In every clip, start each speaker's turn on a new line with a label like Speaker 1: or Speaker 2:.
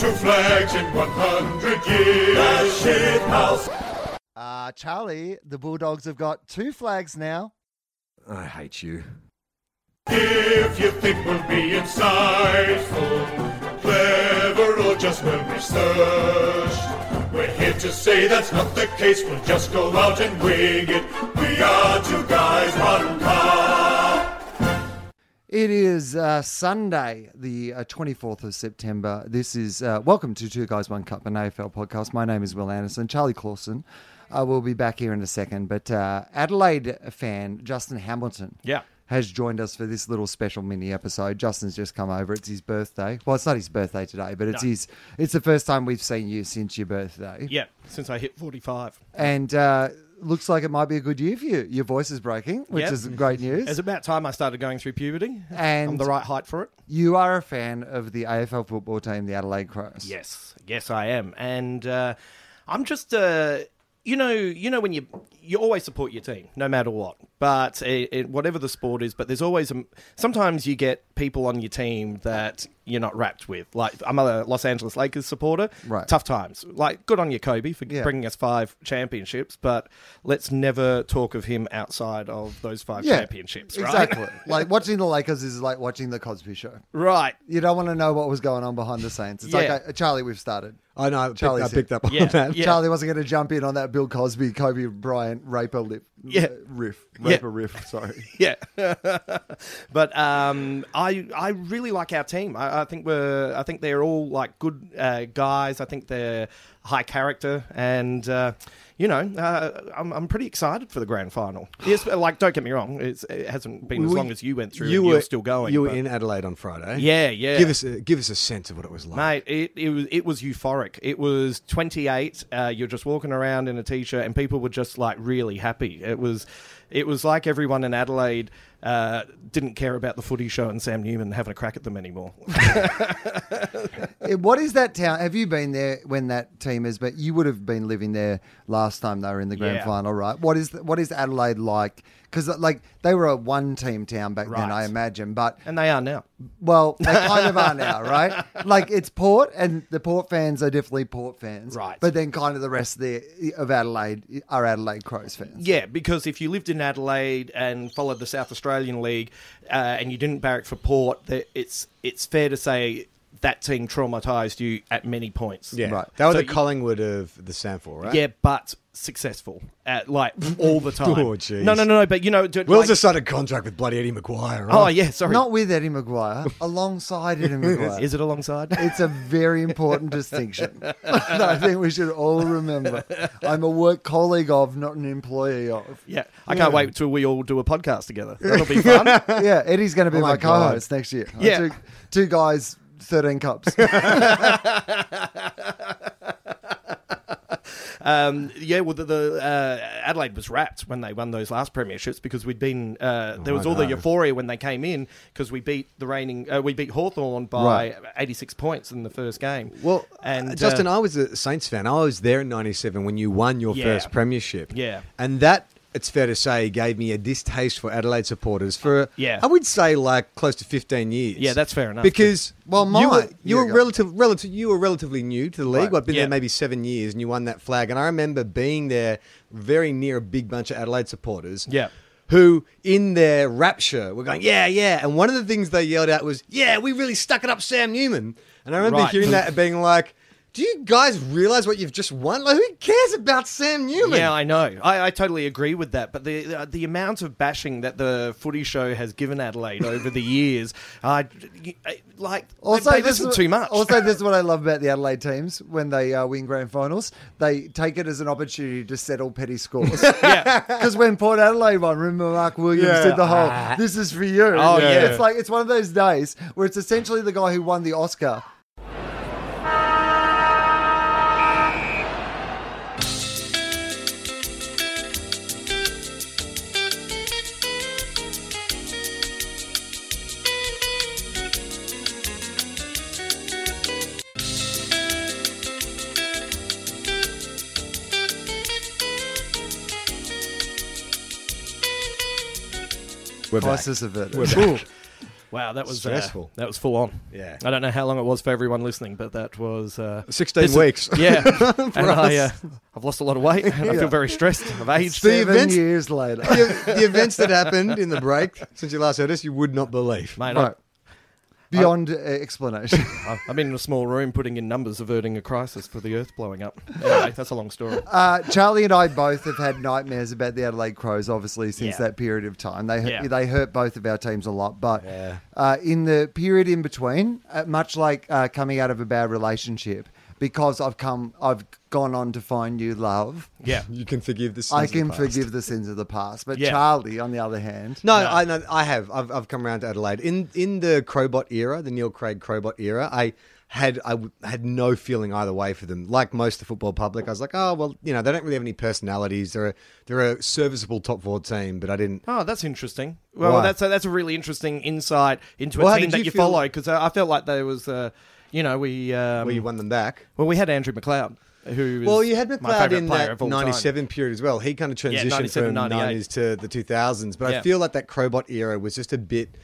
Speaker 1: Netflix in 100 years. The shit house.
Speaker 2: Uh, Charlie, the Bulldogs have got two flags now.
Speaker 3: I hate you.
Speaker 1: If you think we'll be insightful, clever, or just well researched, we're here to say that's not the case. We'll just go out and wing it. We are two guys, one cup.
Speaker 2: It is uh, Sunday, the uh, 24th of September. This is uh, welcome to Two Guys, One Cup, an AFL podcast. My name is Will Anderson, Charlie Clausen. Uh, we'll be back here in a second, but uh, Adelaide fan Justin Hamilton
Speaker 4: Yeah.
Speaker 2: has joined us for this little special mini episode. Justin's just come over. It's his birthday. Well, it's not his birthday today, but it's
Speaker 4: No.
Speaker 2: his. It's the first time we've seen you since your birthday.
Speaker 4: Yeah. Since I hit 45.
Speaker 2: and uh, looks like it might be a good year for you. Your voice is breaking, which
Speaker 4: Yep.
Speaker 2: is great news.
Speaker 4: It's about time I started going through puberty. I'm
Speaker 2: And-
Speaker 4: the right height for it.
Speaker 2: you are a fan of the AFL football team, the Adelaide Crows.
Speaker 4: Yes, yes, I am, and uh, I'm just, uh, you know, you know when you you always support your team, no matter what, but it, it, whatever the sport is. But there's always um, sometimes you get people on your team that you're not wrapped with. Like I'm a Los Angeles Lakers supporter.
Speaker 2: Right.
Speaker 4: tough times. Like good on you, Kobe, for
Speaker 2: Yeah.
Speaker 4: bringing us five championships, but let's never talk of him outside of those five
Speaker 2: Yeah,
Speaker 4: championships. Right?
Speaker 2: Exactly. like watching the Lakers is like watching the Cosby Show.
Speaker 4: right.
Speaker 2: You don't want to know what was going on behind the scenes. It's
Speaker 4: Yeah.
Speaker 2: like, uh, Charlie, we've started.
Speaker 3: I know. I picked,
Speaker 2: Charlie
Speaker 3: I
Speaker 2: said-
Speaker 3: picked up on
Speaker 4: Yeah.
Speaker 3: that.
Speaker 4: Yeah.
Speaker 2: Oh, Charlie wasn't going to jump in on that Bill Cosby, Kobe Bryant raper lip,
Speaker 4: Yeah.
Speaker 2: riff,
Speaker 4: Yeah.
Speaker 2: raper riff. Sorry.
Speaker 4: yeah. but um, I I really like our team. I, I think we're I think they're all like good uh, guys. I think they're high character, and uh, you know uh, I'm I'm pretty excited for the grand final. Yes, like don't get me wrong, it's, it hasn't been as
Speaker 3: Were
Speaker 4: long as you went through.
Speaker 3: You
Speaker 4: and
Speaker 3: were
Speaker 4: you're still going.
Speaker 3: You were
Speaker 4: but-
Speaker 3: in Adelaide on Friday.
Speaker 4: Yeah, yeah.
Speaker 3: Give us a, give us a sense of what it was like.
Speaker 4: Mate, it, it was it was euphoric. It was 28. Uh, you're just walking around in a t-shirt, and people were just like really happy. It was it was like everyone in Adelaide uh, didn't care about the footy show and Sam Newman having a crack at them anymore.
Speaker 2: Uh, what is that town? Have you been there when that team is? But you would have been living there last time they were in the grand
Speaker 4: Yeah.
Speaker 2: final, right? What is what is Adelaide like? Because like they were a one team town back then,
Speaker 4: Right.
Speaker 2: I imagine. But
Speaker 4: and they are now.
Speaker 2: well, they kind of are now, right? Like it's Port, and the Port fans are definitely Port fans,
Speaker 4: Right.
Speaker 2: But then kind of the rest of the of Adelaide are Adelaide Crows fans.
Speaker 4: Yeah, because if you lived in Adelaide and followed the South Australian League uh, and you didn't barrack for Port, that it's it's fair to say that team traumatised you at many points.
Speaker 3: Yeah.
Speaker 2: Right.
Speaker 3: That was
Speaker 4: So
Speaker 3: the
Speaker 4: you-
Speaker 3: Collingwood of the Sample, right?
Speaker 4: Yeah, but successful at like all the time.
Speaker 3: Oh, jeez.
Speaker 4: No, no, no, no. But you know, do,
Speaker 3: Will's
Speaker 4: like-
Speaker 3: just signed a contract with bloody Eddie McGuire. Right?
Speaker 4: Oh yeah, sorry.
Speaker 2: Not with Eddie Maguire, alongside Eddie Maguire.
Speaker 4: Is it alongside?
Speaker 2: It's a very important distinction that I think we should all remember. I'm a work colleague of, not an employee of.
Speaker 4: yeah, I can't wait till we all do a podcast together. That'll be fun.
Speaker 2: Yeah, Eddie's going to be
Speaker 3: Oh
Speaker 2: my,
Speaker 3: my God.
Speaker 2: co-host next year. Uh,
Speaker 4: Yeah.
Speaker 2: two, two guys, thirteen cups.
Speaker 4: um, yeah, well, the, the uh, Adelaide was wrapped when they won those last premierships because we'd been uh, there was
Speaker 3: Oh, I
Speaker 4: all the
Speaker 3: know.
Speaker 4: euphoria when they came in because we beat the reigning uh, we beat Hawthorn by
Speaker 2: Right.
Speaker 4: 86 points in the first game.
Speaker 3: Well,
Speaker 4: and
Speaker 3: and Justin,
Speaker 4: uh,
Speaker 3: I was a Saints fan. I was there in '97 when you won your
Speaker 4: Yeah.
Speaker 3: first premiership.
Speaker 4: Yeah.
Speaker 3: and that it's fair to say gave me a distaste for Adelaide supporters for
Speaker 4: Yeah.
Speaker 3: I would say like close to 15 years.
Speaker 4: Yeah, that's fair enough.
Speaker 3: Because
Speaker 2: Well,
Speaker 3: you
Speaker 2: mine-
Speaker 3: were you
Speaker 2: you
Speaker 3: were
Speaker 2: go.
Speaker 3: relative relative you were relatively new to the league.
Speaker 2: Right.
Speaker 3: I've been
Speaker 4: Yeah.
Speaker 3: there maybe seven years, and you won that flag. And I remember being there very near a big bunch of Adelaide supporters.
Speaker 4: Yeah.
Speaker 3: Who in their rapture were going, yeah, yeah. And one of the things they yelled out was, yeah, we really stuck it up Sam Newman. And I remember
Speaker 4: Right.
Speaker 3: hearing that and being like, do you guys realize what you've just won? Like, who cares about Sam Newman?
Speaker 4: Yeah, I know. I, I totally agree with that. But the, the the amount of bashing that the footy show has given Adelaide over the years, I, I- like also they, they
Speaker 2: this
Speaker 4: listen
Speaker 2: is-
Speaker 4: too much.
Speaker 2: Also, this is what I love about the Adelaide teams when they uh, win grand finals. They take it as an opportunity to settle petty scores.
Speaker 4: yeah,
Speaker 2: Because when Port Adelaide won, remember Mark Williams
Speaker 3: Yeah.
Speaker 2: did the whole "This is for you." Oh
Speaker 4: Ah. yeah.
Speaker 2: it's like it's one of those days where it's essentially the guy who won the Oscar.
Speaker 3: We're back.
Speaker 2: Crisis averted.
Speaker 3: We're back.
Speaker 4: Wow, that was uh,
Speaker 3: Stressful.
Speaker 4: that was full on.
Speaker 3: Yeah.
Speaker 4: I don't know how long it was for everyone listening, but that was uh,
Speaker 3: 16
Speaker 4: this is-
Speaker 3: weeks.
Speaker 4: yeah, and I, uh, I've lost a lot of weight. And I feel very stressed. I've aged.
Speaker 3: The
Speaker 2: Seven
Speaker 3: events-
Speaker 2: years later.
Speaker 3: the, the events that happened in the break since you last heard us, you would not believe.
Speaker 4: Mate,
Speaker 2: Right. Beyond uh, explanation.
Speaker 4: I, I've been in a small room putting in numbers, averting a crisis for the Earth blowing up. Anyway, that's a long story.
Speaker 2: Uh, Charlie and I both have had nightmares about the Adelaide Crows, obviously, since
Speaker 4: Yeah.
Speaker 2: that period of time. They
Speaker 4: Yeah.
Speaker 2: they hurt both of our teams a lot. But
Speaker 3: Yeah.
Speaker 2: uh, in the period in between, uh, much like uh, coming out of a bad relationship, because I've come, I've gone on to find new love,
Speaker 4: Yeah,
Speaker 3: You can forgive this.
Speaker 2: I can forgive the sins of the past. But
Speaker 4: Yeah.
Speaker 2: Charlie, on the other hand,
Speaker 3: No, I know. I have. I've, I've come around to Adelaide in in the Crowbot era, the Neil Craig Crowbot era. I had I w- had no feeling either way for them. Like most of the football public, I was like, oh well, you know, they don't really have any personalities. They're a, they're a serviceable top four team, but I didn't.
Speaker 4: Oh, that's interesting. Well,
Speaker 3: Why?
Speaker 4: that's a, that's a really interesting insight into a
Speaker 3: Well, how
Speaker 4: team
Speaker 3: did
Speaker 4: that
Speaker 3: you
Speaker 4: you,
Speaker 3: feel-
Speaker 4: follow because I, I felt like there was, uh, you know, we um,
Speaker 3: Well, you won them back.
Speaker 4: well, we had Andrew McLeod, who is
Speaker 3: Well, you had
Speaker 4: my
Speaker 3: McLeod
Speaker 4: favourite
Speaker 3: in
Speaker 4: player
Speaker 3: that
Speaker 4: of all time.
Speaker 3: '97 period as well. He kind of
Speaker 4: Yeah,
Speaker 3: transitioned
Speaker 4: 97,
Speaker 3: from
Speaker 4: 98.
Speaker 3: '90s to the 2000s, but I
Speaker 4: Yeah.
Speaker 3: feel like that Crowbot era was just a bit.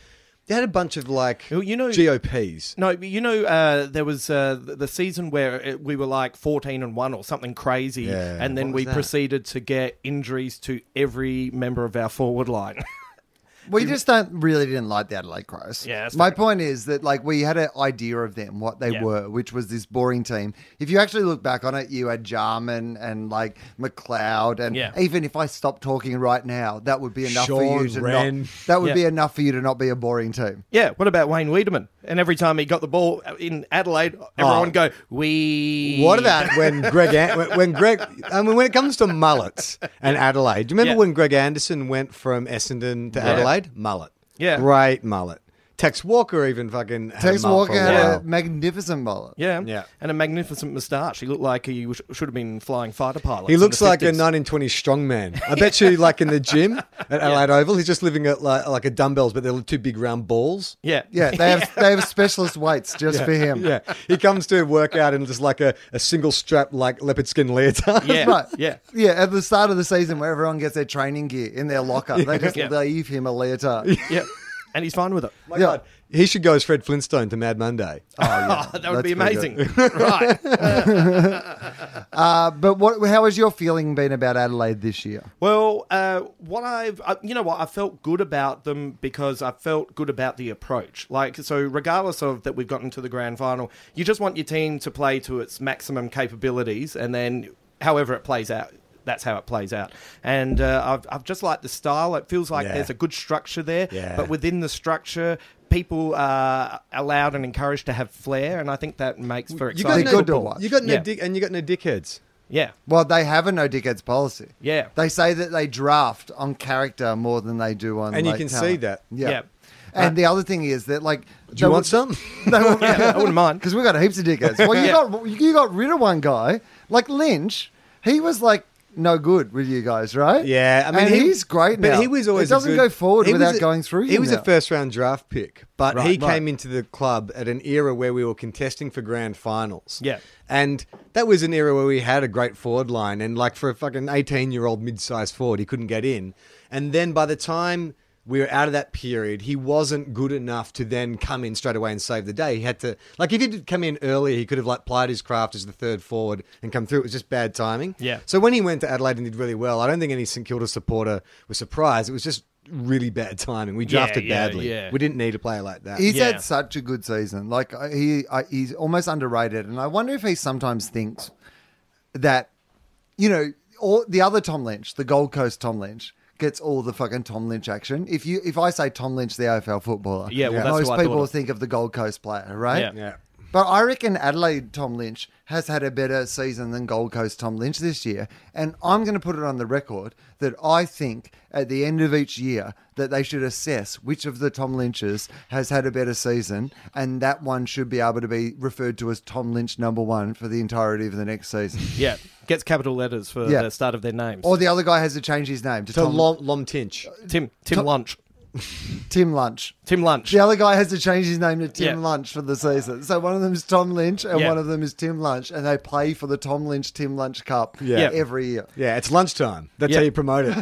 Speaker 3: They had a bunch of like
Speaker 4: Well, you know-
Speaker 3: GOPs.
Speaker 4: No, you know, uh, there was uh, th- the season where it, we were like 14 and 1 or something crazy,
Speaker 3: Yeah.
Speaker 4: and then
Speaker 3: What was
Speaker 4: we
Speaker 3: that?
Speaker 4: proceeded to get injuries to every member of our forward line.
Speaker 2: we just don't really didn't like the Adelaide Crows.
Speaker 4: Yeah, that's
Speaker 2: my
Speaker 4: fair.
Speaker 2: point is that like we had an idea of them, what they
Speaker 4: Yeah.
Speaker 2: were, which was this boring team. If you actually look back on it, you had Jarman and like McLeod, and
Speaker 4: Yeah.
Speaker 2: even if I stopped talking right now, that would be enough for
Speaker 3: Sean
Speaker 2: you to
Speaker 3: Wren.
Speaker 2: not. That would
Speaker 4: Yeah.
Speaker 2: be enough for you to not be a boring team.
Speaker 4: yeah, what about Wayne Wiedemann? And every time he got the ball in Adelaide, everyone go, we.
Speaker 3: Oh. What about when Greg An- when- when Greg I mean when it comes to mullets and Adelaide? Do you remember
Speaker 4: Yeah.
Speaker 3: when Greg Anderson went from Essendon to Adelaide? Mullet.
Speaker 4: Yeah.
Speaker 3: Great mullet. Tex Walker even fucking had
Speaker 2: Tex
Speaker 3: a mullet
Speaker 2: Walker
Speaker 3: for a
Speaker 2: had
Speaker 3: while.
Speaker 2: a magnificent mullet.
Speaker 4: Yeah.
Speaker 3: Yeah.
Speaker 4: And a magnificent moustache. He looked like he sh- should have been flying fighter pilot.
Speaker 3: He looks like a 1920s strongman. I bet you, like in the gym at Adelaide Oval, he's just living at like, like a dumbbells, but they're two big round balls.
Speaker 4: Yeah.
Speaker 2: Yeah, they have they have specialist weights just for him.
Speaker 3: Yeah, he comes to work out in just like a, a single strap, like leopard skin leotard.
Speaker 4: Yeah.
Speaker 2: Right.
Speaker 4: Yeah.
Speaker 2: Yeah. At the start of the season, where everyone gets their training gear in their locker, they just
Speaker 4: Yeah.
Speaker 2: leave him a leotard.
Speaker 4: Yeah. And he's fine with it.
Speaker 3: My
Speaker 2: Yeah.
Speaker 3: God, he should go as Fred Flintstone to Mad Monday.
Speaker 2: Oh,
Speaker 4: that would be
Speaker 2: That's pretty
Speaker 4: amazing. right.
Speaker 2: Uh, but what? How has your feeling been about Adelaide this year?
Speaker 4: Well, uh, what I've, uh, you know what, I felt good about them because I felt good about the approach. Like, so regardless of that we've gotten to the grand final, you just want your team to play to its maximum capabilities and then however it plays out. That's how it plays out, and uh, I've, I've just liked the style. It feels like
Speaker 3: Yeah.
Speaker 4: there's a good structure there,
Speaker 3: Yeah.
Speaker 4: but within the structure, people are allowed and encouraged to have flair, and I think that makes for
Speaker 3: You got,
Speaker 4: exciting
Speaker 2: They're good to
Speaker 3: no,
Speaker 4: football.
Speaker 2: watch.
Speaker 3: you got no
Speaker 4: Yeah.
Speaker 3: dick, and you got no dickheads.
Speaker 4: Yeah,
Speaker 2: Well, they have a no dickheads policy.
Speaker 4: Yeah.
Speaker 2: They say that they draft on character more than they do on.
Speaker 3: And you
Speaker 2: like,
Speaker 3: can see
Speaker 2: talent.
Speaker 3: that.
Speaker 2: Yeah.
Speaker 4: Yeah. Uh,
Speaker 2: And the other thing is that, like,
Speaker 3: Do you want some?
Speaker 4: yeah, I wouldn't mind.
Speaker 2: Because we got heaps of dickheads. Well, you
Speaker 4: Yeah.
Speaker 2: got you got rid of one guy, like Lynch. He was like no good with you guys, right?
Speaker 3: Yeah, I mean,
Speaker 2: And
Speaker 3: he-
Speaker 2: he's great now.
Speaker 3: But he was always
Speaker 2: It doesn't
Speaker 3: a good-
Speaker 2: go forward
Speaker 3: he was
Speaker 2: without
Speaker 3: a-
Speaker 2: going through.
Speaker 3: He
Speaker 2: you
Speaker 3: was
Speaker 2: now.
Speaker 3: a first round draft pick, but
Speaker 4: Right,
Speaker 3: he
Speaker 4: right.
Speaker 3: came into the club at an era where we were contesting for grand finals.
Speaker 4: Yeah.
Speaker 3: and that was an era where we had a great forward line, and like for a fucking eighteen year old mid sized forward, he couldn't get in. And then by the time we were out of that period, he wasn't good enough to then come in straight away and save the day. He had to like if he'd come in earlier, he could have like plied his craft as the third forward and come through. It was just bad timing.
Speaker 4: Yeah.
Speaker 3: So when he went to Adelaide and did really well, I don't think any St Kilda supporter was surprised. It was just really bad timing. We
Speaker 4: Yeah,
Speaker 3: drafted
Speaker 4: yeah,
Speaker 3: badly.
Speaker 4: yeah.
Speaker 3: We didn't need a player like that.
Speaker 2: He's
Speaker 4: Yeah.
Speaker 2: had such a good season. Like I- he, I, he's almost underrated, and I wonder if he sometimes thinks that you know, all the other Tom Lynch, the Gold Coast Tom Lynch. Gets all the fucking Tom Lynch action. If you if I say Tom Lynch, the AFL footballer,
Speaker 4: Yeah, well, that's who
Speaker 2: most
Speaker 4: I thought
Speaker 2: people
Speaker 4: of.
Speaker 2: think of the Gold Coast player, right?
Speaker 4: Yeah.
Speaker 3: yeah.
Speaker 2: But I reckon Adelaide Tom Lynch has had a better season than Gold Coast Tom Lynch this year. And I'm going to put it on the record that I think at the end of each year that they should assess which of the Tom Lynches has had a better season. And that one should be able to be referred to as Tom Lynch number one for the entirety of the next season.
Speaker 4: yeah, gets capital letters for
Speaker 2: Yeah.
Speaker 4: the start of their names.
Speaker 2: Or the other guy has to change his name to,
Speaker 3: To
Speaker 2: Tom
Speaker 3: Lom, Lom Tinch.
Speaker 4: Tim
Speaker 2: Tim
Speaker 4: Tim Lunch.
Speaker 2: Lunch.
Speaker 4: Tim Lunch.
Speaker 2: The other guy has to change his name to Tim
Speaker 4: Yeah.
Speaker 2: Lunch for the season. So one of them is Tom Lynch and
Speaker 4: Yeah.
Speaker 2: one of them is Tim Lunch, and they play for the Tom Lynch Tim Lunch Cup
Speaker 3: Yeah.
Speaker 2: every year.
Speaker 3: Yeah, it's lunchtime. That's
Speaker 4: Yeah.
Speaker 3: how you promote it.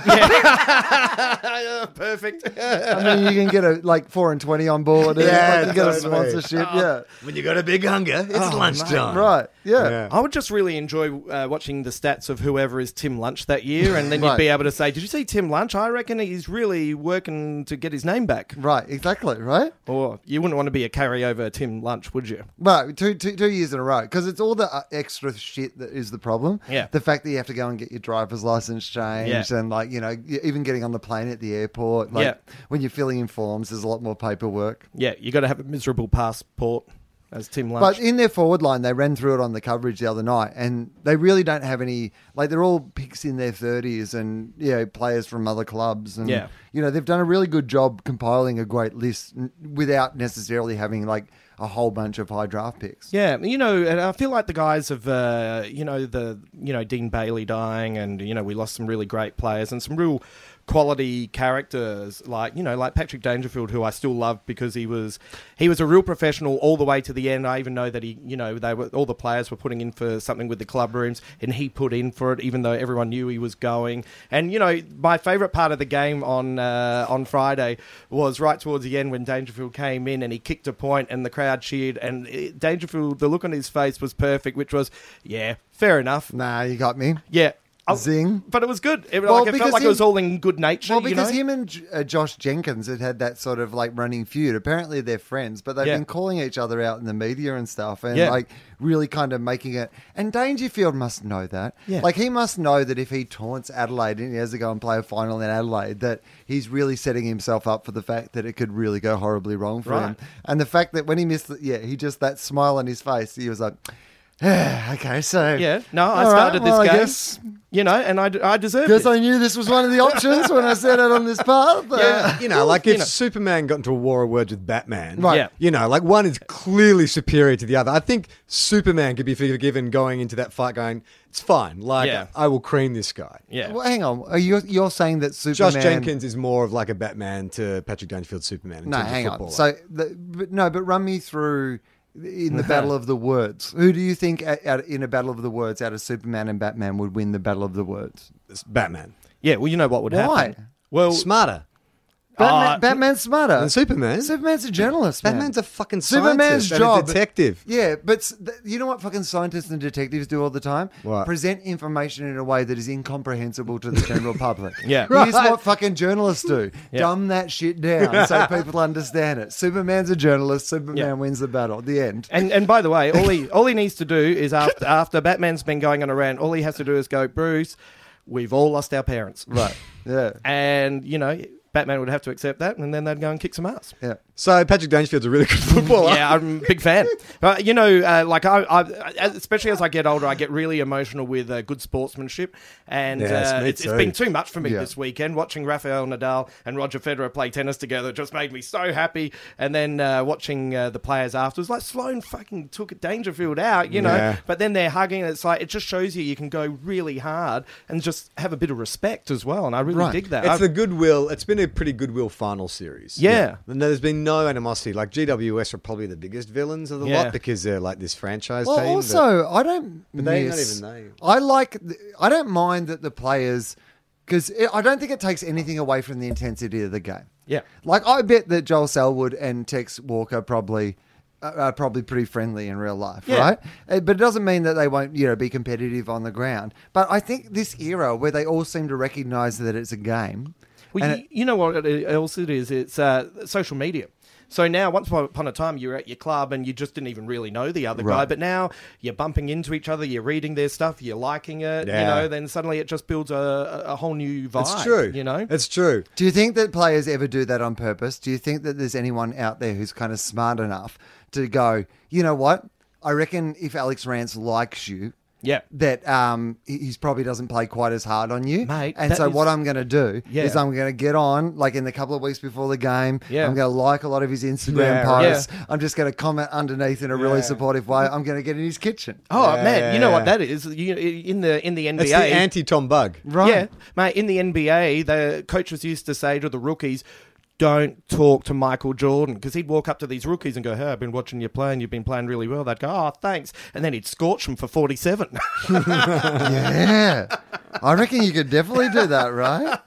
Speaker 4: Perfect.
Speaker 2: I mean, you can get a like four and twenty on board. and
Speaker 3: Yeah,
Speaker 2: you can get a
Speaker 3: totally.
Speaker 2: sponsorship.
Speaker 4: Oh,
Speaker 2: yeah,
Speaker 3: when you got a big hunger, it's lunchtime.
Speaker 2: right. Yeah.
Speaker 3: Oh, Yeah.
Speaker 4: I would just really enjoy uh, watching the stats of whoever is Tim Lunch that year, and then
Speaker 2: Right.
Speaker 4: you'd be able to say, "Did you see Tim Lunch? I reckon he's really working to get his name back."
Speaker 2: Right, exactly, right?
Speaker 4: Or you wouldn't want to be a carryover Tim Lunch, would you?
Speaker 2: Right, two, two, two years in a row. Because it's all the uh, extra shit that is the problem.
Speaker 4: Yeah.
Speaker 2: The fact that you have to go and get your driver's license changed
Speaker 4: Yeah.
Speaker 2: and, like, you know, y- even getting on the plane at the airport. Like,
Speaker 4: Yeah.
Speaker 2: when you're filling in forms, there's a lot more paperwork.
Speaker 4: Yeah, you got to have a miserable passport as Tim Lunch.
Speaker 2: But in their forward line, they ran through it on the coverage the other night, and they really don't have any. Like they're all picks in their thirties, and you know players from other clubs, and
Speaker 4: Yeah.
Speaker 2: you know they've done a really good job compiling a great list n- without necessarily having like a whole bunch of high draft picks.
Speaker 4: Yeah, you know, and I feel like the guys of uh, you know the you know Dean Bailey dying, and you know we lost some really great players and some real quality characters, like you know like Patrick Dangerfield, who I still love because he was he was a real professional all the way to the end. I even know that he you know they were all the players were putting in for something with the club rooms, and he put in for it even though everyone knew he was going. And you know my favourite part of the game on uh, on Friday was right towards the end when Dangerfield came in and he kicked a point and the crowd cheered and it- Dangerfield the look on his face was perfect, which was yeah, fair enough,
Speaker 2: Nah, you got me.
Speaker 4: yeah, I'll-
Speaker 2: Zing.
Speaker 4: But it was good. It,
Speaker 2: Well,
Speaker 4: like, it
Speaker 2: because
Speaker 4: felt like
Speaker 2: him-
Speaker 4: it was all in good nature.
Speaker 2: Well,
Speaker 4: you
Speaker 2: because
Speaker 4: know?
Speaker 2: him and J- uh, Josh Jenkins had had that sort of like running feud. Apparently, they're friends, but they've
Speaker 4: Yeah.
Speaker 2: been calling each other out in the media and stuff, and
Speaker 4: Yeah.
Speaker 2: like really kind of making it. And Dangerfield must know that.
Speaker 4: Yeah.
Speaker 2: Like he must know that if he taunts Adelaide and he has to go and play a final in Adelaide, that he's really setting himself up for the fact that it could really go horribly wrong for him.
Speaker 4: Right.
Speaker 2: And the fact that when he missed, the, yeah, he just that smile on his face, he was like. okay, so
Speaker 4: yeah, no, I
Speaker 2: all right,
Speaker 4: started this
Speaker 2: well, I
Speaker 4: game,
Speaker 2: guess-
Speaker 4: you know, and I, d- I deserved
Speaker 2: Guess
Speaker 4: it.
Speaker 2: I knew this was one of the options when I set out on this path.
Speaker 4: Yeah.
Speaker 3: Oh, You know, like if
Speaker 4: You know.
Speaker 3: Superman got into a war of words with Batman,
Speaker 2: Right.
Speaker 4: Yeah.
Speaker 3: You know, like one is clearly superior to the other. I think Superman could be forgiven going into that fight going, "It's fine, like
Speaker 4: Yeah.
Speaker 3: I will cream this guy."
Speaker 4: yeah,
Speaker 2: Well, hang on. Are you you're saying that Superman?
Speaker 3: Josh Jenkins is more of like a Batman to Patrick Dangerfield Superman. In
Speaker 2: No,
Speaker 3: terms of
Speaker 2: hang on.
Speaker 3: footballer.
Speaker 2: So, the, but no, but run me through in the battle of the words. Who do you think at, at, in a battle of the words out of Superman and Batman would win the battle of the words?
Speaker 3: It's Batman
Speaker 4: yeah. Well, you know what would
Speaker 2: Why?
Speaker 4: happen? Well,
Speaker 3: smarter
Speaker 2: Batman,
Speaker 4: Uh,
Speaker 2: Batman's smarter.
Speaker 3: than Superman.
Speaker 2: Superman's a journalist. man.
Speaker 3: Batman's a fucking
Speaker 2: Superman's
Speaker 3: scientist and a
Speaker 2: job,
Speaker 3: detective.
Speaker 2: Yeah, but s- th- you know what fucking scientists and detectives do all the time?
Speaker 3: What?
Speaker 2: Present information in a way that is incomprehensible to the general public.
Speaker 4: Yeah.
Speaker 2: here's
Speaker 3: Right.
Speaker 2: what fucking journalists do:
Speaker 4: Yeah.
Speaker 2: dumb that shit down so people understand it. Superman's a journalist. Superman
Speaker 4: Yeah.
Speaker 2: wins the battle. The end.
Speaker 4: And and by the way, all he all he needs to do is after after Batman's been going on a rant, all he has to do is go, Bruce, we've all lost our parents,
Speaker 2: Right. Yeah.
Speaker 4: and you know Batman would have to accept that, and then they'd go and kick some ass.
Speaker 2: Yeah.
Speaker 3: So Patrick Dangerfield's a really good footballer.
Speaker 4: Yeah, I'm a big fan. But you know, uh, like I, I, especially as I get older, I get really emotional with uh, good sportsmanship, and
Speaker 3: Yes,
Speaker 4: uh,
Speaker 3: me
Speaker 4: it's, it's
Speaker 3: too.
Speaker 4: been too much for me
Speaker 2: Yeah.
Speaker 4: this weekend. Watching Rafael Nadal and Roger Federer play tennis together just made me so happy, and then uh, watching uh, the players afterwards, like Sloan fucking took Dangerfield out, you know,
Speaker 3: Yeah.
Speaker 4: but then they're hugging. and It's like it just shows you you can go really hard and just have a bit of respect as well, and I really
Speaker 2: Right.
Speaker 4: dig that.
Speaker 3: It's
Speaker 4: I've-
Speaker 3: the goodwill. It's been a pretty goodwill final series.
Speaker 4: Yeah.
Speaker 3: No, there's been no animosity. Like GWS are probably the biggest villains of the
Speaker 4: Yeah.
Speaker 3: lot because they're like this franchise
Speaker 2: Well,
Speaker 3: team. that-
Speaker 2: also, I don't. But
Speaker 3: they- not even they.
Speaker 2: I like. th- I don't mind that the players, because I don't think it takes anything away from the intensity of the game.
Speaker 4: Yeah.
Speaker 2: Like I bet that Joel Selwood and Tex Walker probably. Are are probably pretty friendly in real life,
Speaker 4: Yeah.
Speaker 2: right? Uh, But it doesn't mean that they won't, you know, be competitive on the ground. But I think this era where they all seem to recognise that it's a game,
Speaker 4: Well,
Speaker 2: and
Speaker 4: you, you know what it- else it is? It's uh, social media. So now, once upon- upon a time, you were at your club and you just didn't even really know the other guy.
Speaker 2: Right.
Speaker 4: But now you're bumping into each other, you're reading their stuff, you're liking it.
Speaker 3: Yeah.
Speaker 4: You know, then suddenly it just builds a, a a whole new vibe.
Speaker 3: it's true.
Speaker 4: You know,
Speaker 3: it's true.
Speaker 2: Do you think that players ever do that on purpose? Do you think that there's anyone out there who's kind of smart enough to go, you know what? I reckon if Alex Rance likes you,
Speaker 4: yeah,
Speaker 2: that um, he- he's probably doesn't play quite as hard on you.
Speaker 4: Mate,
Speaker 2: and
Speaker 4: that
Speaker 2: so
Speaker 4: is-
Speaker 2: what I'm going to do
Speaker 4: Yeah.
Speaker 2: is I'm going to get on, like in the couple of weeks before the game,
Speaker 4: Yeah.
Speaker 2: I'm going to like a lot of his Instagram
Speaker 3: Yeah, right.
Speaker 2: posts. I'm just going to comment underneath in a really supportive way. I'm going to get in his kitchen.
Speaker 4: Oh
Speaker 3: Yeah,
Speaker 4: man,
Speaker 3: yeah,
Speaker 4: you know what
Speaker 3: yeah.
Speaker 4: that is? You, in the in the NBA,
Speaker 3: It's the anti Tom Bug.
Speaker 2: Right.
Speaker 4: Yeah, mate. In the NBA, the coaches used to say to the rookies, don't talk to Michael Jordan because he'd walk up to these rookies and go, "Hey, I've been watching you play, and you've been playing really well." They'd go, "Oh, thanks," and then he'd scorch them for forty-seven.
Speaker 2: Yeah. I reckon you could definitely do that, right?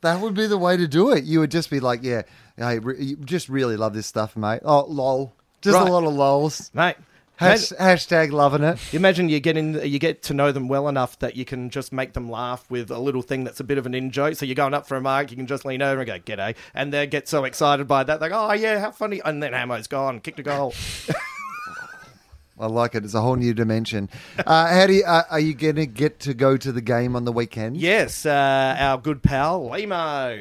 Speaker 2: That would be the way to do it. You would just be like, yeah, hey, re- you just really love this stuff, mate. Oh, lol. Just
Speaker 4: Right.
Speaker 2: a lot of lols.
Speaker 4: Mate,
Speaker 2: Hash- hashtag loving it.
Speaker 4: You imagine you get in, you get to know them well enough that you can just make them laugh with a little thing that's a bit of an in joke. So you're going up for a mark, you can just lean over and go, "G'day," and they get so excited by that, they go, "Oh yeah, how funny!" And then Hamo's gone, kicked a goal.
Speaker 2: I like it. It's a whole new dimension. Uh, how do you, uh, are you going to get to go to the game on the weekend?
Speaker 4: Yes, uh, our good pal Limo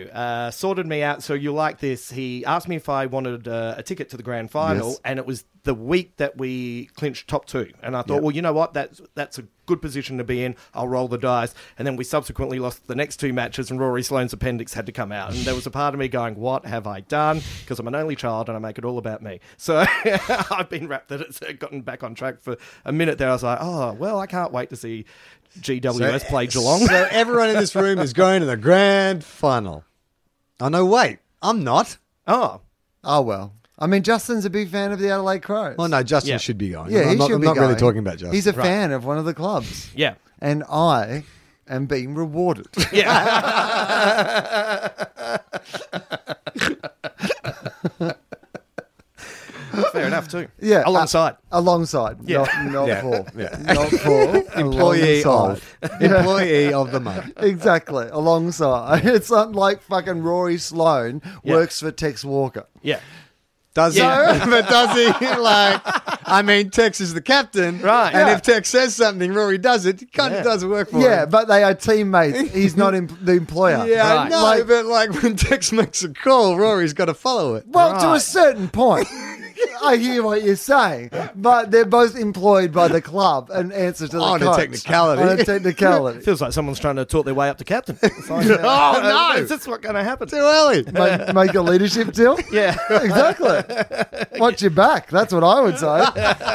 Speaker 4: uh, sorted me out. So you like this? He asked me if I wanted uh, a ticket to the grand final,
Speaker 2: Yes.
Speaker 4: and it was the week that we clinched top two. And I thought,
Speaker 2: Yep.
Speaker 4: well, you know what? That's that's a good position to be in. I'll roll the dice. And then we subsequently lost the next two matches, and Rory Sloane's appendix had to come out. And there was a part of me going, "What have I done?" Because I'm an only child, and I make it all about me. So I've been wrapped that it's uh, gotten back on track for a minute there. I was like, "Oh well, I can't wait to see." GWS play Geelong.
Speaker 3: So everyone in this room is going to the grand final. Oh no, wait, I'm not.
Speaker 4: Oh,
Speaker 2: Oh, well. I mean, Justin's a big fan of the Adelaide Crows.
Speaker 3: Well, no, Justin
Speaker 4: Yeah.
Speaker 3: should be going.
Speaker 2: Yeah,
Speaker 3: I'm
Speaker 2: he
Speaker 3: not,
Speaker 2: should
Speaker 3: I'm
Speaker 2: be
Speaker 3: not really
Speaker 2: going.
Speaker 3: talking about Justin.
Speaker 2: He's a
Speaker 4: Right.
Speaker 2: fan of one of the clubs.
Speaker 4: yeah.
Speaker 2: And I am being rewarded.
Speaker 4: Yeah. Fair enough, too.
Speaker 2: Yeah, uh,
Speaker 4: Alongside.
Speaker 2: Alongside,
Speaker 4: Yeah.
Speaker 2: not, not
Speaker 3: Yeah.
Speaker 2: for,
Speaker 3: Yeah.
Speaker 2: not for,
Speaker 3: employee
Speaker 2: alongside.
Speaker 3: of employee of the month.
Speaker 2: exactly alongside. It's not like fucking Rory Sloan
Speaker 4: Yeah.
Speaker 2: works for Tex Walker.
Speaker 4: yeah.
Speaker 3: Does
Speaker 4: Yeah.
Speaker 3: he? but does he? Like, I mean, Tex is the captain,
Speaker 4: Right.
Speaker 3: And
Speaker 4: Yeah.
Speaker 3: if Tex says something, Rory does it. It kind
Speaker 4: Yeah.
Speaker 3: of doesn't work for
Speaker 2: Yeah,
Speaker 3: him.
Speaker 2: but they are teammates. He's not em- the employer.
Speaker 3: yeah,
Speaker 4: Right.
Speaker 3: no,
Speaker 2: Like-
Speaker 3: but like when Tex makes a call, Rory's got to follow it.
Speaker 2: Well, to a
Speaker 4: Right.
Speaker 2: certain point, I hear what you're saying, but they're both employed by the club and answer to the
Speaker 3: On a
Speaker 2: coach.
Speaker 3: technicality.
Speaker 2: On a technicality.
Speaker 4: Feels like someone's trying to talk their way up to captain. It's like, uh,
Speaker 3: Oh, no.
Speaker 4: Is this what's going to happen?
Speaker 3: Too early.
Speaker 2: make, make a leadership deal.
Speaker 4: Yeah.
Speaker 2: exactly. Watch your back. That's what I would say.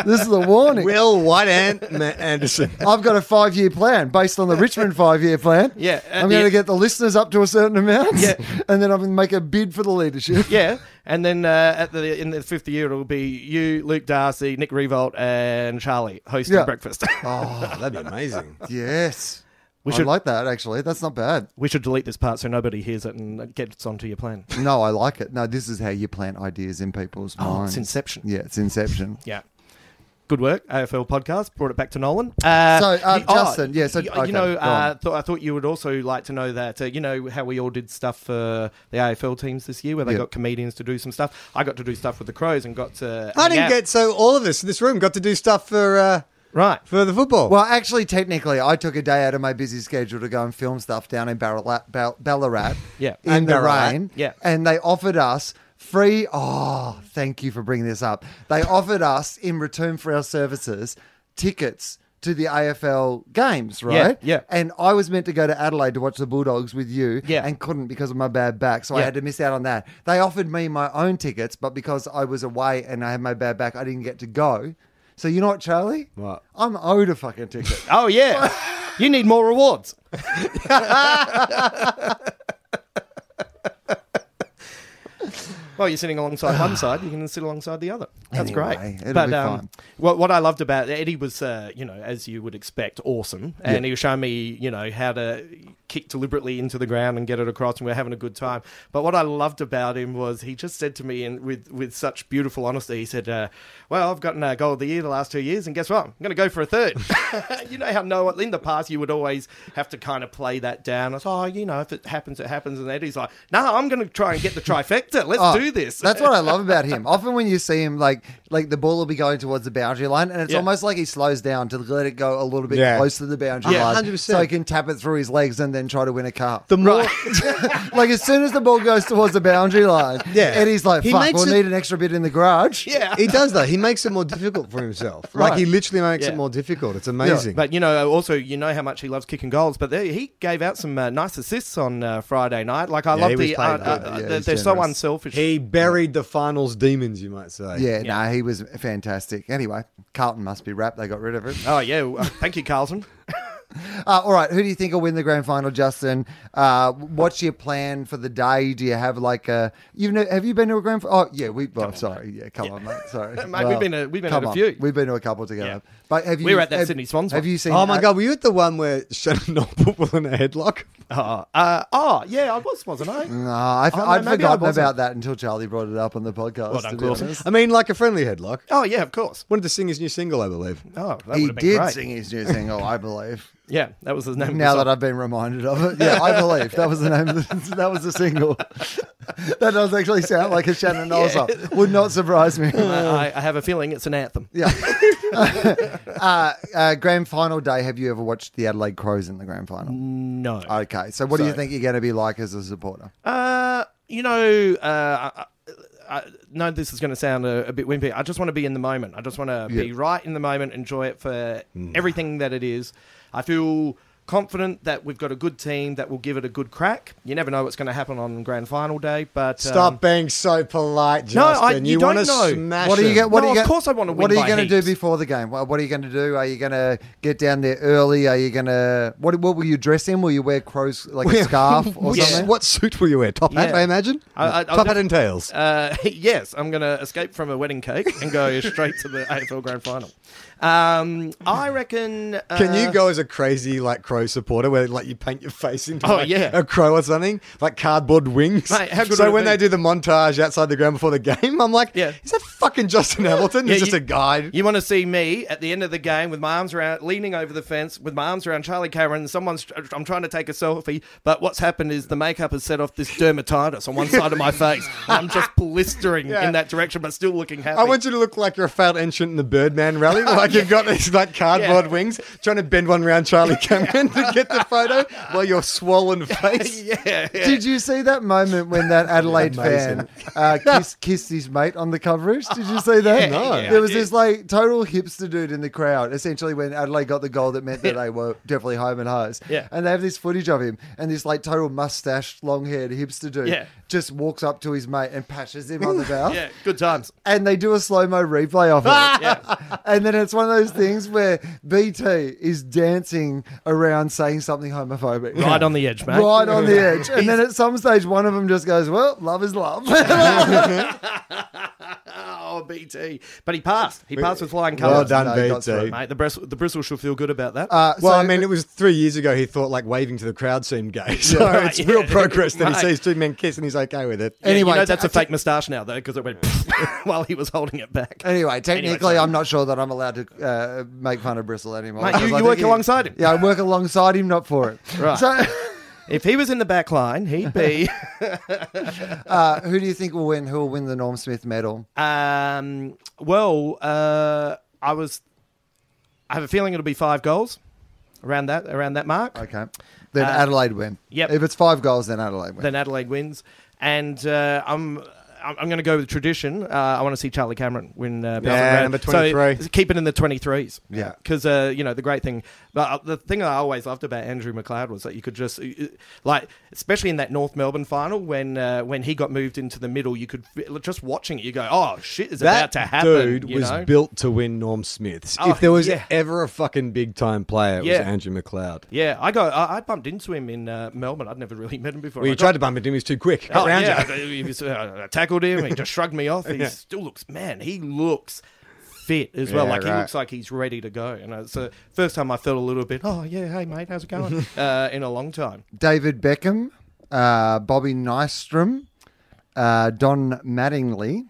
Speaker 2: This is a warning.
Speaker 3: Will White Ant Ma- Anderson.
Speaker 2: I've got a five year plan based on the Richmond five year plan.
Speaker 4: Yeah, at
Speaker 2: I'm
Speaker 4: the
Speaker 2: going to
Speaker 4: end-
Speaker 2: get the listeners up to a certain amount.
Speaker 4: Yeah.
Speaker 2: And then I'm going to make a bid for the leadership.
Speaker 4: Yeah, and then uh, at the in the fifth year it'll be you, Luke Darcy, Nick Revolt, and Charlie hosting
Speaker 2: Yeah.
Speaker 4: breakfast.
Speaker 3: Oh, that'd be amazing.
Speaker 2: Yes.
Speaker 4: We
Speaker 2: I
Speaker 4: should-
Speaker 2: like that, actually. That's not bad.
Speaker 4: we should delete this part so nobody hears it and gets onto your plan.
Speaker 2: No, I like it. No, this is how you plant ideas in people's
Speaker 4: Oh,
Speaker 2: minds.
Speaker 4: it's inception.
Speaker 2: Yeah, it's inception.
Speaker 4: Yeah. Good work, AFL podcast. Brought it back to Nolan. Uh,
Speaker 2: So, uh,
Speaker 4: you- oh,
Speaker 2: Justin, yeah, so-
Speaker 4: you,
Speaker 2: okay,
Speaker 4: you know,
Speaker 2: go
Speaker 4: uh,
Speaker 2: on.
Speaker 4: th- I thought you would also like to know that uh, you know how we all did stuff for the AFL teams this year, where they
Speaker 2: Yeah.
Speaker 4: got comedians to do some stuff. I got to do stuff with the Crows and got to.
Speaker 3: I
Speaker 4: hang
Speaker 3: didn't
Speaker 4: out.
Speaker 3: get so all of us in this room got to do stuff for uh,
Speaker 4: right.
Speaker 3: for the
Speaker 4: Oh.
Speaker 3: football.
Speaker 2: Well, actually, technically, I took a day out of my busy schedule to go and film stuff down in Ballarat, Bal- Ballarat
Speaker 4: Yeah.
Speaker 2: in
Speaker 3: And
Speaker 2: the
Speaker 3: Ballarat.
Speaker 2: rain.
Speaker 4: Yeah.
Speaker 2: And they offered us free. Oh, thank you for bringing this up. They offered us, in return for our services, tickets to the AFL games, right?
Speaker 4: yeah.
Speaker 2: And I was meant to go to Adelaide to watch the Bulldogs with you
Speaker 4: Yeah.
Speaker 2: and couldn't because of my bad back. So I
Speaker 4: Yeah.
Speaker 2: had to miss out on that. They offered me my own tickets, but because I was away and I had my bad back, I didn't get to go. So you know what, Charlie?
Speaker 3: What?
Speaker 2: I'm owed a fucking ticket.
Speaker 4: Oh yeah, you need more rewards. well, you're sitting alongside one side, you can sit alongside the other. That's
Speaker 2: Anyway,
Speaker 4: great.
Speaker 2: it'll
Speaker 4: but
Speaker 2: be
Speaker 4: um,
Speaker 2: fine.
Speaker 4: what what I loved about Eddie was, uh, you know, as you would expect, awesome, and he was showing me, you know, how to kick deliberately into the ground and get it across, and we are having a good time. But what I loved about him was he just said to me, and with with such beautiful honesty, he said, uh, "Well, I've gotten a goal of the year the last two years, and guess what? I'm going to go for a third. you know how no in the past you would always have to kind of play that down. I was, oh, you know, if it happens, it happens. And Eddie's like, no, I'm going to try and get the trifecta. Let's
Speaker 2: Oh,
Speaker 4: do this.
Speaker 2: That's what I love about him. Often when you see him, like like the ball will be going towards the boundary line, and it's
Speaker 4: Yeah.
Speaker 2: almost like he slows down to let it go a little bit
Speaker 3: Yeah.
Speaker 2: close to the boundary
Speaker 4: Yeah,
Speaker 2: line,
Speaker 3: 100%.
Speaker 2: so he can tap it through his legs and then try to win a cup.
Speaker 3: the more
Speaker 2: like as soon as the ball goes towards the boundary line,
Speaker 3: Yeah.
Speaker 2: Eddie's like,
Speaker 3: He
Speaker 2: "Fuck,
Speaker 3: makes
Speaker 2: we'll
Speaker 3: it-
Speaker 2: need an extra bit in the garage."
Speaker 4: yeah.
Speaker 3: he does that, he makes it more difficult for himself. Like he literally makes
Speaker 4: Yeah.
Speaker 3: it more difficult. It's amazing.
Speaker 4: But you know, also you know how much he loves kicking goals. But there, he gave out some uh, nice assists on uh, Friday night. Like I
Speaker 3: Yeah, he
Speaker 4: love
Speaker 3: was
Speaker 4: the uh,
Speaker 3: playing
Speaker 4: uh,
Speaker 3: good.
Speaker 4: uh,
Speaker 2: Yeah,
Speaker 4: they're,
Speaker 2: he's
Speaker 4: they're so
Speaker 2: generous.
Speaker 4: unselfish.
Speaker 3: he buried the finals demons, you might say.
Speaker 2: yeah. No, he was fantastic. Anyway, Carlton must be wrapped. They got rid of him.
Speaker 4: uh, oh yeah, well, thank you, Carlton.
Speaker 2: Uh, all right, who do you think will win the grand final, Justin? Uh, what's your plan for the day? Do you have like a you know? Have you been to a grand? fi- Oh yeah, we. Well, sorry, yeah, come on, mate. Sorry,
Speaker 4: Mate, we've
Speaker 2: Well,
Speaker 4: been to- we've been
Speaker 2: come
Speaker 4: at a
Speaker 2: on.
Speaker 4: few.
Speaker 2: We've been to a couple together.
Speaker 4: Yeah.
Speaker 2: But have you?
Speaker 4: We were at that
Speaker 2: have-
Speaker 4: Sydney Swans
Speaker 2: Have
Speaker 4: one.
Speaker 2: you seen?
Speaker 3: Oh my
Speaker 2: uh,
Speaker 3: god, were you at the one where Shannon Knoll put Will in a headlock?
Speaker 4: Oh, uh, oh, yeah, I was, wasn't I?
Speaker 2: No, I,
Speaker 4: Oh, no,
Speaker 2: would
Speaker 4: maybe I
Speaker 2: forgotten
Speaker 4: wasn't.
Speaker 2: about that until Charlie brought it up on the podcast.
Speaker 4: Well done,
Speaker 2: to be
Speaker 4: Clawson.
Speaker 2: honest.
Speaker 3: I mean, like a friendly headlock.
Speaker 4: Oh, yeah, of course.
Speaker 3: Wanted to sing his new single, I believe.
Speaker 4: Oh, that
Speaker 2: He
Speaker 4: would have been
Speaker 2: did
Speaker 4: great.
Speaker 2: sing his new single, I believe.
Speaker 4: Yeah, that was his name.
Speaker 2: Now that I've been reminded of it, yeah, I believe that was the name. Of the, that was the single. that does actually sound like a Shannon Knowles song. Would not surprise me.
Speaker 4: I, I have a feeling it's an anthem.
Speaker 2: Yeah. uh, uh, grand final day. Have you ever watched the Adelaide Crows in the grand final?
Speaker 4: No.
Speaker 2: Okay. So, what do you
Speaker 3: So-
Speaker 2: think you're going to be like as a supporter?
Speaker 4: Uh, you know, uh, I, I, I know this is going to sound a, a bit wimpy. I just want to be in the moment. I just want to be
Speaker 2: Yeah.
Speaker 4: right in the moment, enjoy it for
Speaker 3: Mm.
Speaker 4: everything that it is. I feel confident that we've got a good team that will give it a good crack. You never know what's going to happen on grand final day, but
Speaker 3: Stop
Speaker 4: um,
Speaker 3: being so polite,
Speaker 4: No, I-
Speaker 3: Justin.
Speaker 4: you
Speaker 3: you
Speaker 4: don't
Speaker 3: want to
Speaker 4: know.
Speaker 3: smash
Speaker 2: What are you
Speaker 3: him.
Speaker 2: going? What
Speaker 4: No,
Speaker 2: are you
Speaker 4: of
Speaker 2: gonna-
Speaker 4: course I wanna
Speaker 2: What are
Speaker 4: win
Speaker 2: you
Speaker 4: by
Speaker 2: going to do
Speaker 4: heaps.
Speaker 2: before the game? What, what are you going to do? Are you going to get down there early? Are you going to what? What will you dress in? Will you wear crows like a scarf or
Speaker 3: Which-
Speaker 4: Yeah.
Speaker 2: something?
Speaker 3: What suit will you wear? Top hat,
Speaker 4: Yeah.
Speaker 3: I imagine.
Speaker 4: I- I- I'll
Speaker 3: Top hat
Speaker 4: def-
Speaker 3: and tails.
Speaker 4: Uh, yes, I'm going to escape from a wedding cake and go straight to the AFL Grand Final. Um, I reckon. Uh,
Speaker 3: Can you go as a crazy like crow supporter where like you paint your face into
Speaker 4: Oh,
Speaker 3: like,
Speaker 4: yeah.
Speaker 3: a crow or something like cardboard wings?
Speaker 4: Mate, how good
Speaker 3: so
Speaker 4: would it
Speaker 3: when
Speaker 4: be?
Speaker 3: they do the montage outside the ground before the game, I'm like,
Speaker 4: Yeah.
Speaker 3: is that fucking Justin Hamilton?
Speaker 4: Yeah,
Speaker 3: He's just
Speaker 4: you-
Speaker 3: a guy.
Speaker 4: You want to see me at the end of the game with my arms around, leaning over the fence, with my arms around Charlie Cameron. Someone's, I'm trying to take a selfie, but what's happened is the makeup has set off this dermatitis on one side of my face. I'm just blistering
Speaker 3: Yeah.
Speaker 4: in that direction, but still looking happy.
Speaker 3: I want you to look like you're a failed entrant in the Birdman rally. Like you've got these like cardboard
Speaker 4: Yeah.
Speaker 3: wings, trying to bend one round Charlie Cameron to get the photo while your swollen face.
Speaker 4: yeah, yeah.
Speaker 2: Did you see that moment when that Adelaide fan
Speaker 3: Amazing.
Speaker 2: uh, kissed, kissed his mate on the coverage? Did you see that?
Speaker 4: Yeah, No. yeah,
Speaker 2: there was
Speaker 4: I
Speaker 2: this like total hipster dude in the crowd. Essentially, when Adelaide got the goal, that meant that they were definitely home and hers.
Speaker 4: Yeah.
Speaker 2: And they have this footage of him, and this like total mustached, long-haired hipster dude
Speaker 4: Yeah.
Speaker 2: just walks up to his mate and patches him on the mouth.
Speaker 4: yeah, good times.
Speaker 2: And they do a slow mo replay of it.
Speaker 4: Yeah.
Speaker 2: And then it's one of those things where BT is dancing around saying something homophobic.
Speaker 4: Right on the edge, mate.
Speaker 2: Right on the edge. And then at some stage, one of them just goes, Well, love is love.
Speaker 4: Oh, BT. But he passed. He passed with flying
Speaker 3: Well
Speaker 4: colours.
Speaker 3: done,
Speaker 2: No,
Speaker 3: BT.
Speaker 2: got through,
Speaker 4: Mate, the, bris- the bristles should feel good about that.
Speaker 2: Uh,
Speaker 3: Well,
Speaker 2: so-
Speaker 3: I mean, it was three years ago. He thought like waving to the crowd seemed gay, so
Speaker 4: Yeah.
Speaker 3: it's real progress that
Speaker 4: Right.
Speaker 3: he sees two men kiss and he's okay with it.
Speaker 4: Yeah,
Speaker 2: anyway,
Speaker 4: you know that's
Speaker 2: t-
Speaker 4: a fake moustache now though, because it went while he was holding it back.
Speaker 2: Anyway, technically,
Speaker 4: sorry.
Speaker 2: I'm not sure that I'm allowed to uh, make fun of Bristol anymore.
Speaker 4: Mate,
Speaker 2: because
Speaker 4: you-
Speaker 2: I
Speaker 4: you
Speaker 2: think
Speaker 4: work
Speaker 2: he-
Speaker 4: alongside him.
Speaker 2: Yeah, I work alongside him, not for it.
Speaker 4: Right.
Speaker 2: So,
Speaker 4: If he was in the back line, he'd be.
Speaker 2: uh, who do you think will win? Who will win the Norm Smith medal?
Speaker 4: um, well, uh, I was. I have a feeling it'll be five goals, around that around that mark.
Speaker 2: Okay. Then
Speaker 4: Uh,
Speaker 2: Adelaide win.
Speaker 4: yep.
Speaker 2: If it's five goals, then Adelaide win.
Speaker 4: Then Adelaide wins, and uh, I'm. I'm going to go with tradition. Uh, I want to see Charlie Cameron win. Uh, Bowser
Speaker 3: Yeah,
Speaker 4: Round.
Speaker 3: number
Speaker 4: So,
Speaker 3: 23.
Speaker 4: keep it in the twenty threes.
Speaker 2: Yeah.
Speaker 4: because uh, you know the great thing. But uh, the thing I always loved about Andrew McLeod was that you could just uh, uh, like, especially in that North Melbourne final when uh, when he got moved into the middle, you could f- just watching it. You go, oh shit, is about
Speaker 3: That
Speaker 4: to happen.
Speaker 3: dude
Speaker 4: you
Speaker 3: was
Speaker 4: know?
Speaker 3: built to win Norm Smith's.
Speaker 4: Oh,
Speaker 3: if there was
Speaker 4: yeah.
Speaker 3: ever a fucking big time player, it
Speaker 4: Yeah.
Speaker 3: was Andrew McLeod.
Speaker 4: Yeah, I go. I, I bumped into him in uh, Melbourne. I'd never really met him before. I
Speaker 3: Well, you
Speaker 4: got-
Speaker 3: tried to bump into him, he was too quick. Got
Speaker 4: Oh,
Speaker 3: round
Speaker 4: yeah. He
Speaker 3: you.
Speaker 4: was, uh, I tackled him. He just shrugged me off. He
Speaker 3: Yeah.
Speaker 4: still looks, man, he looks fit as well.
Speaker 3: Yeah,
Speaker 4: like he
Speaker 3: right.
Speaker 4: looks like he's ready to go. And it's the first time I felt a little bit, oh, yeah, hey, mate, how's it going? uh, in a long time.
Speaker 2: David Beckham, uh, Bobby Nystrom, uh, Don Mattingly,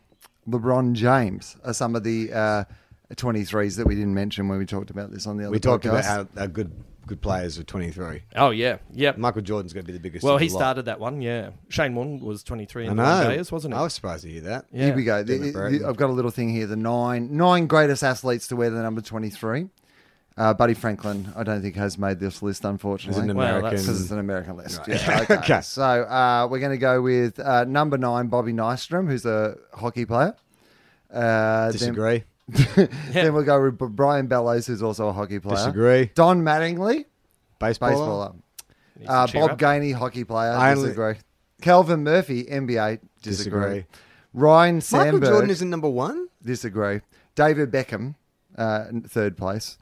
Speaker 2: LeBron James are some of the uh, 23s that we didn't mention when we talked about this on the other
Speaker 3: We talked
Speaker 2: podcast.
Speaker 3: about how, how good good players are 23.
Speaker 4: Oh, yeah. Yep.
Speaker 3: Michael Jordan's going to be the biggest.
Speaker 4: well,
Speaker 3: of the
Speaker 4: he
Speaker 3: lot.
Speaker 4: started that one, yeah. Shane Warne was 23
Speaker 3: I
Speaker 4: in
Speaker 3: know.
Speaker 4: nine days, wasn't he?
Speaker 3: I was surprised to hear that.
Speaker 4: Yeah.
Speaker 2: Here we go. The-
Speaker 3: Damn it,
Speaker 2: the-
Speaker 3: Brayton.
Speaker 2: I've got a little thing here. The nine nine greatest athletes to wear the number 23. Uh, Buddy Franklin, I don't think, has made this list, unfortunately.
Speaker 3: He's an
Speaker 4: Well, that's-
Speaker 3: American.
Speaker 2: Because it's an American list. Yeah, okay.
Speaker 3: Okay.
Speaker 2: So uh, we're going to go with uh, number nine, Bobby Nystrom, who's a hockey player. Uh, then,
Speaker 3: Disagree.
Speaker 2: then we'll go with Brian Bellows, who's also a hockey player.
Speaker 3: Disagree.
Speaker 2: Don Mattingly,
Speaker 3: Baseball.
Speaker 2: baseballer.
Speaker 4: Needs to
Speaker 2: Uh,
Speaker 4: cheer
Speaker 2: Bob
Speaker 4: up.
Speaker 2: Gainey, hockey player.
Speaker 3: I only-
Speaker 2: disagree. Calvin Murphy, NBA. Disagree.
Speaker 3: Disagree.
Speaker 2: Ryan
Speaker 3: Michael
Speaker 2: Sandberg.
Speaker 3: Jordan isn't number one.
Speaker 2: Disagree. David Beckham, uh, in third place.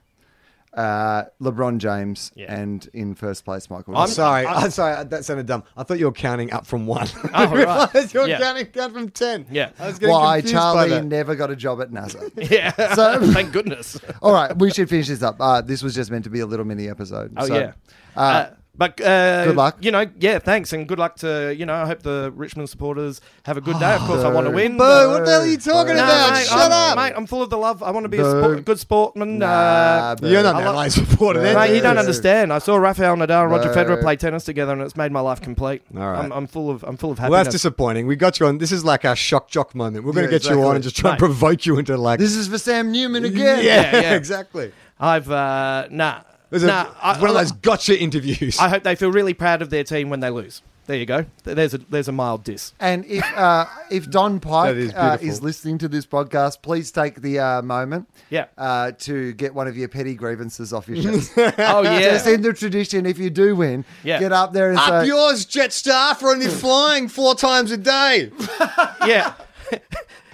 Speaker 2: uh, LeBron James,
Speaker 4: Yeah.
Speaker 2: and in first place, Michael.
Speaker 4: I'm-
Speaker 2: Jordan.
Speaker 3: Sorry,
Speaker 4: I'm-
Speaker 3: I'm, sorry. That sounded dumb. I thought you were counting up from one.
Speaker 4: Oh,
Speaker 3: I realized
Speaker 4: right.
Speaker 3: you were
Speaker 4: Yeah.
Speaker 3: counting down from ten.
Speaker 4: Yeah.
Speaker 3: I was getting
Speaker 2: Why
Speaker 3: confused by
Speaker 2: Charlie
Speaker 3: that.
Speaker 2: never got a job at NASA.
Speaker 4: Yeah.
Speaker 2: So-
Speaker 4: Thank goodness.
Speaker 2: All right, we should finish this up. Uh, this was just meant to be a little mini episode.
Speaker 4: Oh
Speaker 2: So,
Speaker 4: yeah.
Speaker 2: uh,
Speaker 4: Uh, but uh,
Speaker 2: good luck.
Speaker 4: You know, yeah. Thanks and good luck to you know. I hope the Richmond supporters have a good day. Of course, I want to win.
Speaker 3: Oh, Boo! What the hell are you
Speaker 2: Boo.
Speaker 3: talking
Speaker 2: Boo.
Speaker 4: Nah,
Speaker 3: about?
Speaker 4: mate, I'm,
Speaker 3: Shut up!
Speaker 4: mate. I'm full of the love. I want to be a
Speaker 2: Boo.
Speaker 4: sport, good sportman.
Speaker 2: Nah,
Speaker 4: uh,
Speaker 2: boo.
Speaker 3: You're not an
Speaker 4: I lo-
Speaker 3: LA supporter. then.
Speaker 4: Mate, you don't
Speaker 2: Boo.
Speaker 4: understand. I saw Rafael Nadal and Roger
Speaker 2: Boo.
Speaker 4: Federer play tennis together, and it's made my life complete.
Speaker 3: All right.
Speaker 4: I'm, I'm full of I'm full of
Speaker 3: Well, that's
Speaker 4: happiness.
Speaker 3: disappointing. We got you on. This is like our shock jock moment. We're going to
Speaker 2: Yeah,
Speaker 3: get you
Speaker 2: exactly.
Speaker 3: on and just try and
Speaker 4: Mate.
Speaker 3: provoke you into like.
Speaker 2: this is for Sam Newman
Speaker 3: yeah,
Speaker 2: again.
Speaker 4: Yeah, yeah.
Speaker 3: exactly.
Speaker 4: I've uh, nah
Speaker 3: There's a,
Speaker 4: nah. I-
Speaker 3: one of
Speaker 4: I-
Speaker 3: those gotcha interviews.
Speaker 4: I hope they feel really proud of their team when they lose. There you go. Th- There's a there's a mild diss.
Speaker 2: And if uh, if Don Pike
Speaker 3: That is
Speaker 2: is, uh,
Speaker 3: beautiful.
Speaker 2: is listening to this podcast, please take the uh, moment
Speaker 4: Yeah.
Speaker 2: uh, to get one of your petty grievances off your chest.
Speaker 4: Oh
Speaker 2: Just
Speaker 4: yeah.
Speaker 2: in the tradition, if you do win,
Speaker 4: Yeah.
Speaker 2: get up there and
Speaker 3: Up
Speaker 2: say,
Speaker 3: yours, Jetstar, for only flying four times a day.
Speaker 4: yeah.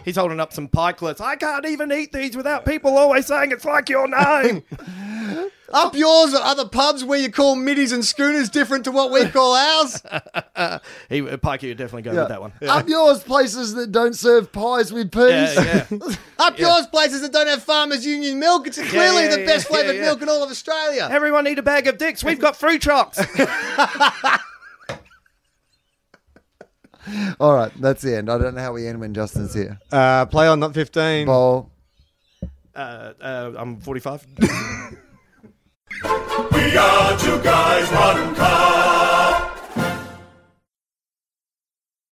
Speaker 4: He's holding up some pikelets. I can't even eat these without people always saying it's like your name.
Speaker 3: Up yours at other pubs where you call middies and schooners different to what we call ours.
Speaker 4: he, uh, Pikey would definitely go with that one.
Speaker 2: Up yours, places that don't serve pies with peas.
Speaker 4: Yeah, yeah.
Speaker 3: Up yours, places that don't have farmers union milk. It's clearly
Speaker 4: yeah,
Speaker 3: the
Speaker 4: yeah,
Speaker 3: best
Speaker 4: yeah,
Speaker 3: flavoured
Speaker 4: yeah.
Speaker 3: milk in all of Australia.
Speaker 4: Everyone eat a bag of dicks. We've got fruit trucks.
Speaker 2: All right, that's the end. I don't know how we end when Justin's here.
Speaker 3: Uh, play on not 15.
Speaker 2: Bowl.
Speaker 4: uh, uh, I'm 45.
Speaker 1: We are two guys, one car.